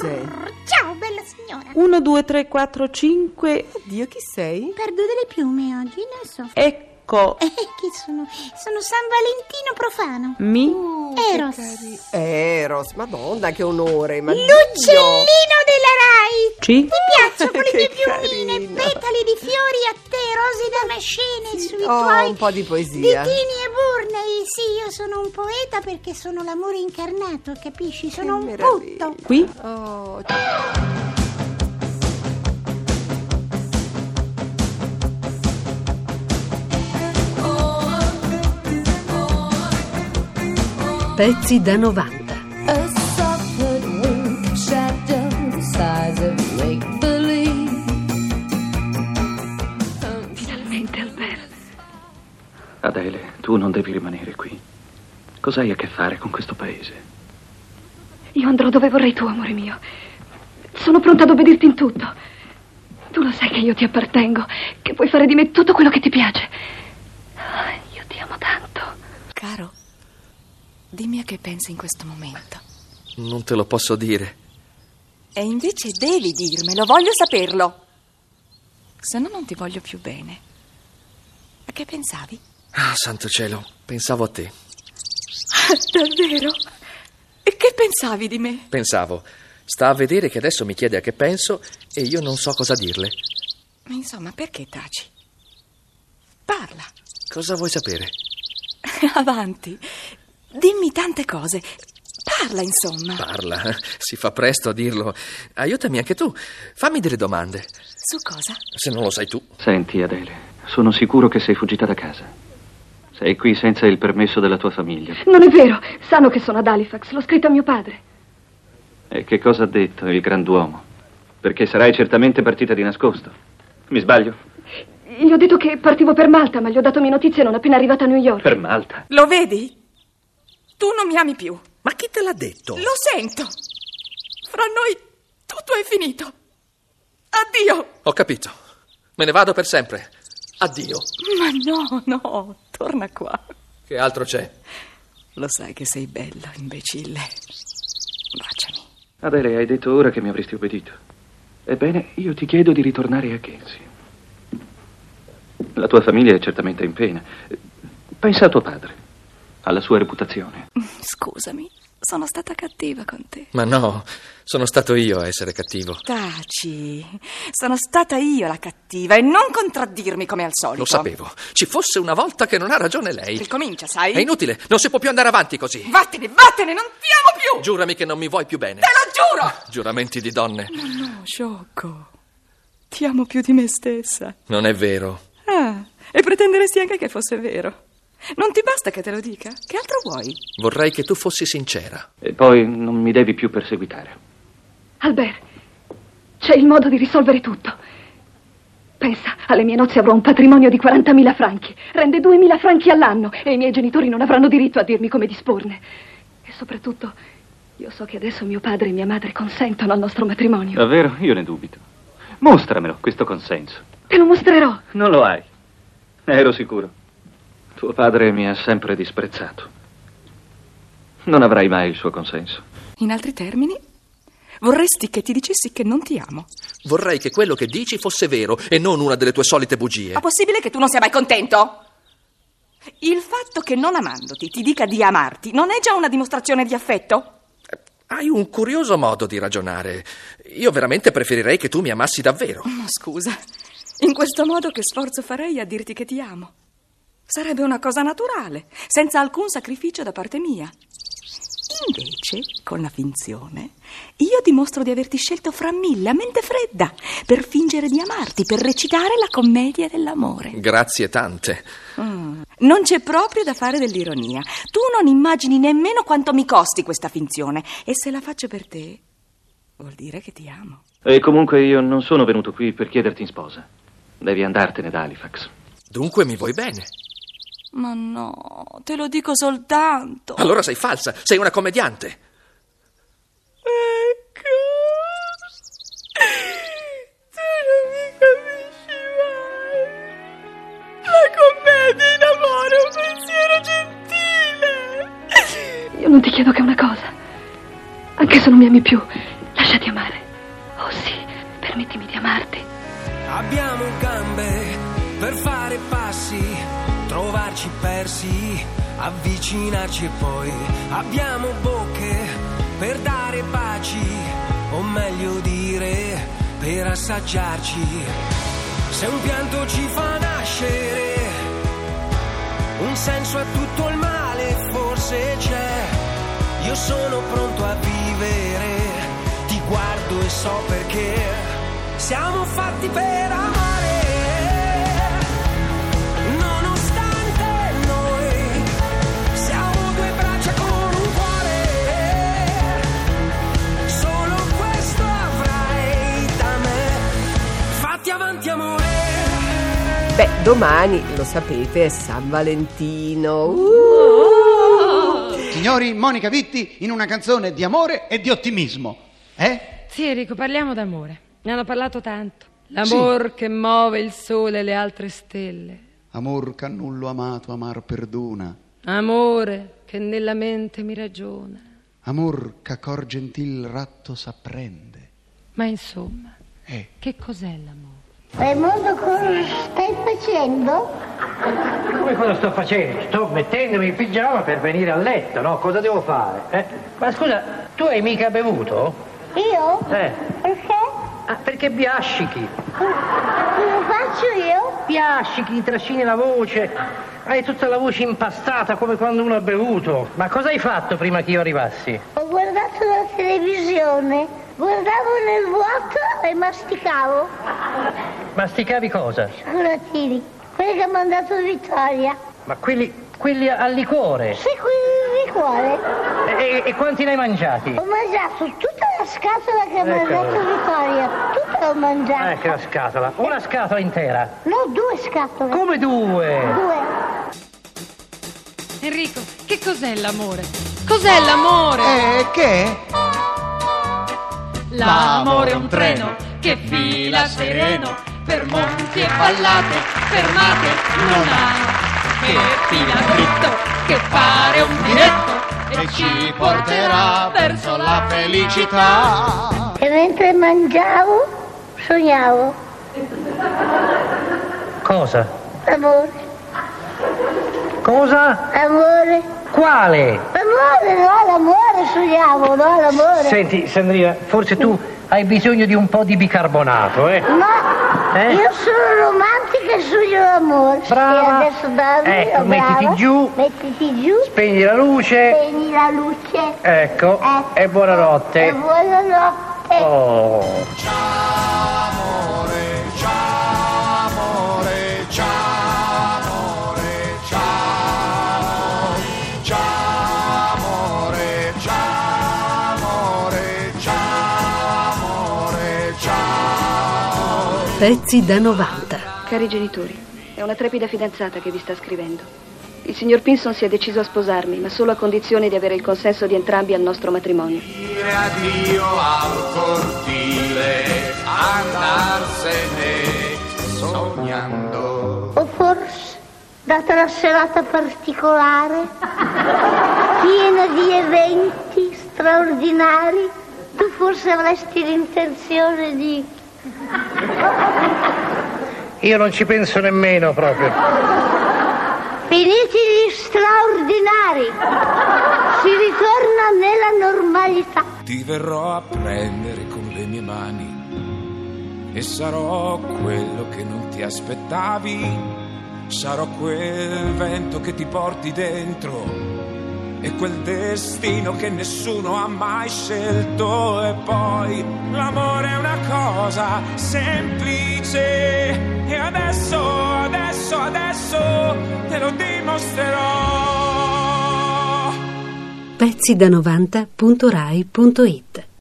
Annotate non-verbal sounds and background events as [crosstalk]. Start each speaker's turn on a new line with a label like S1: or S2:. S1: sei?
S2: Ciao, bella signora.
S3: 1, 2, 3, 4, 5.
S1: Oddio, chi sei?
S2: Perduto le piume oggi, non so. [laughs]
S3: Ecco.
S2: Eh, chi sono? Sono San Valentino profano.
S3: Mi.
S1: Mm,
S2: Eros.
S1: Eros, madonna, che onore. Ma
S2: L'uccellino della Rai.
S3: Ci.
S2: Ti piacciono
S1: [laughs]
S2: quelle
S1: Che
S2: tue piumine,
S1: carino.
S2: petali di fiori a te, rose damascene sui
S1: oh,
S2: tuoi
S1: un po' di poesia.
S2: ditini e burnei. Sì, io sono un poeta perché sono l'amore incarnato, capisci? Sono un
S1: meraviglia.
S2: putto.
S3: Qui.
S1: Oh,
S4: Pezzi da 90.
S5: A suffered wink, shadow, the size of make believe.
S6: Adele, tu non devi rimanere qui. Cos'hai a che fare con questo paese?
S7: Io andrò dove vorrai tu, amore mio. Sono pronta ad obbedirti in tutto. Tu lo sai che io ti appartengo, che puoi fare di me tutto quello che ti piace. Ah, Io ti amo tanto.
S8: Caro, dimmi a che pensi in questo momento.
S6: Non te lo posso dire.
S8: E invece devi dirmelo, voglio saperlo. Se no non ti voglio più bene. A che pensavi?
S6: Ah, santo cielo, pensavo a te.
S8: Davvero? E che pensavi di me?
S6: Pensavo, sta a vedere che adesso mi chiede a che penso e io non so cosa dirle.
S8: Ma insomma, perché taci? Parla, [laughs]
S6: Cosa vuoi sapere?
S8: avanti. Dimmi tante cose. Parla, insomma.
S6: Parla, [laughs] si fa presto a dirlo. Aiutami anche tu, fammi delle domande,
S8: Su cosa?
S6: se non lo sai tu.
S9: Senti, Adele, sono sicuro che sei fuggita da casa. Sei qui senza il permesso della tua famiglia.
S7: Non è vero, sanno che sono ad Halifax, l'ho scritto a mio padre.
S9: E che cosa ha detto il granduomo? Perché sarai certamente partita di nascosto. Mi sbaglio?
S7: Gli ho detto che partivo per Malta, ma gli ho dato mie notizie non appena arrivata a New York.
S9: Per Malta.
S8: Lo vedi? Tu non mi ami più.
S6: Ma chi te l'ha detto?
S8: Lo sento. Fra noi tutto è finito. Addio.
S6: Ho capito, me ne vado per sempre. Addio.
S8: Ma no, no, torna qua.
S6: Che altro c'è?
S8: Lo sai che sei bello, imbecille. Baciami.
S9: Adele, hai detto ora che mi avresti obbedito. Ebbene, io ti chiedo di ritornare a Kensi. La tua famiglia è certamente in pena. Pensa a tuo padre, alla sua reputazione.
S8: Scusami, sono stata cattiva con te.
S6: Ma no, sono stato io a essere cattivo.
S8: Taci. Sono stata io la cattiva e non contraddirmi come al solito.
S6: Lo sapevo. Ci fosse una volta che non ha ragione lei.
S8: Ricomincia, sai?
S6: È inutile, non si può più andare avanti così.
S8: Vattene, vattene, non ti amo più.
S6: Giurami che non mi vuoi più bene.
S8: Te lo giuro.
S6: Giuramenti di donne.
S8: No, sciocco. Ti amo più di me stessa.
S6: Non è vero.
S8: Ah, e pretenderesti anche che fosse vero. Non ti basta che te lo dica? Che altro vuoi?
S6: Vorrei che tu fossi sincera.
S9: E poi non mi devi più perseguitare.
S7: Albert, c'è il modo di risolvere tutto. Pensa, alle mie nozze avrò un patrimonio di 40.000 franchi. Rende 2.000 franchi all'anno e i miei genitori non avranno diritto a dirmi come disporne. E soprattutto, io so che adesso mio padre e mia madre consentono al nostro matrimonio.
S9: Davvero? Io ne dubito. Mostramelo, questo consenso.
S7: Te lo mostrerò.
S9: Non lo hai. Ne ero sicuro. Tuo padre mi ha sempre disprezzato. Non avrai mai il suo consenso.
S8: In altri termini, vorresti che ti dicessi che non ti amo.
S6: Vorrei che quello che dici fosse vero e non una delle tue solite bugie.
S8: Ma possibile che tu non sia mai contento? Il fatto che non amandoti ti dica di amarti non è già una dimostrazione di affetto?
S6: Hai un curioso modo di ragionare. Io veramente preferirei che tu mi amassi davvero.
S8: Ma scusa, in questo modo che sforzo farei a dirti che ti amo? Sarebbe una cosa naturale, senza alcun sacrificio da parte mia. Invece, con la finzione, io dimostro di averti scelto fra mille a mente fredda, per fingere di amarti, per recitare la commedia dell'amore.
S6: Grazie tante.
S8: Mm. Non c'è proprio da fare dell'ironia. Tu non immagini nemmeno quanto mi costi questa finzione. E se la faccio per te, vuol dire che ti amo.
S9: E comunque io non sono venuto qui per chiederti in sposa. Devi andartene da Halifax.
S6: Dunque mi vuoi bene.
S8: Ma no, te lo dico soltanto.
S6: Allora sei falsa, sei una commediante.
S7: Io non ti chiedo che una cosa. Anche se non mi ami più, lasciami Lasciati amare. Oh sì, permettimi di amarti.
S6: Abbiamo gambe per fare passi, trovarci persi, avvicinarci e poi abbiamo bocche per dare baci, o meglio dire, per assaggiarci. Se un pianto ci fa nascere, un senso a tutto il male forse c'è. Io sono pronto a vivere, ti guardo e so perché siamo fatti per amare. Nonostante noi siamo due braccia con un cuore, solo questo avrai da me. Fatti avanti, amore.
S10: Beh, domani, lo sapete, è San Valentino. Uh,
S11: Signori, Monica Vitti in una canzone di amore e di ottimismo. Eh?
S12: Sì, Enrico, parliamo d'amore. Ne hanno parlato tanto. L'amor che muove il sole e le altre stelle.
S11: Amor cannullo amato, amar perdona.
S12: Amore che nella mente mi ragiona.
S11: Amor ch'acor gentil ratto s'apprende.
S12: Ma insomma,
S11: Eh.
S12: che cos'è l'amore?
S2: Raimondo, cosa stai facendo?
S13: Come cosa sto facendo? Sto mettendomi in pigiama per venire a letto, no? Cosa devo fare? eh? Ma scusa, tu hai mica bevuto?
S2: Io?
S13: Eh.
S2: Perché?
S13: Ah, perché biascichi?
S2: Lo faccio io?
S13: Biascichi, trascini la voce. Hai tutta la voce impastata come quando uno ha bevuto. Ma cosa hai fatto prima che io arrivassi?
S2: Ho guardato la televisione, guardavo nel vuoto e masticavo.
S13: Masticavi cosa?
S2: Curatini, quelli che ha mandato Vittoria.
S13: Ma quelli, quelli al liquore.
S2: Sei qui di cuore.
S13: E, e quanti ne hai mangiati?
S2: Ho mangiato tutta la scatola che ha
S13: Ecco.
S2: mandato Vittoria. Tutta l'ho mangiata.
S13: Ecco la scatola. Una scatola intera.
S2: No, due scatole.
S13: Come due?
S2: Due.
S12: Enrico, che cos'è l'amore? Cos'è l'amore?
S11: Eh, che?
S12: L'amore è un treno che fila sereno per monti e vallate, fermate non ha. Che fila dritto, che pare un diretto e ci porterà verso la felicità.
S2: E mentre mangiavo, sognavo.
S13: Cosa?
S2: Amore,
S13: Cosa?
S2: amore,
S13: Quale?
S2: amore, no, l'amore, sognavo, no, l'amore.
S13: Senti, Sandrina, forse tu hai bisogno di un po' di bicarbonato, eh?
S2: No,
S13: Eh?
S2: io sono romantica e sogno l'amore.
S13: Brava.
S2: E adesso dormi,
S13: Ecco,
S2: oh,
S13: mettiti
S2: brava.
S13: giù.
S2: Mettiti giù,
S13: Spegni la luce.
S2: spegni la luce.
S13: Ecco,
S2: Eh.
S13: e
S2: E
S13: buonanotte.
S2: buonanotte.
S13: Oh.
S3: Pezzi da 90.
S7: Cari genitori, è una trepida fidanzata che vi sta scrivendo. Il signor Pinson si è deciso a sposarmi, ma solo a condizione di avere il consenso di entrambi al nostro matrimonio.
S6: dire addio al cortile, andarsene sognando.
S2: O forse, data la serata particolare, piena di eventi straordinari, tu forse avresti l'intenzione di...
S13: Io non ci penso nemmeno proprio.
S2: Finiti gli straordinari, si ritorna nella normalità.
S6: Ti verrò a prendere con le mie mani e sarò quello che non ti aspettavi. Sarò quel vento che ti porti dentro e quel destino che nessuno ha mai scelto. E poi l'amore è una cosa semplice. E adesso, adesso, adesso te lo dimostrerò.
S3: Pezzi da 90.rai.it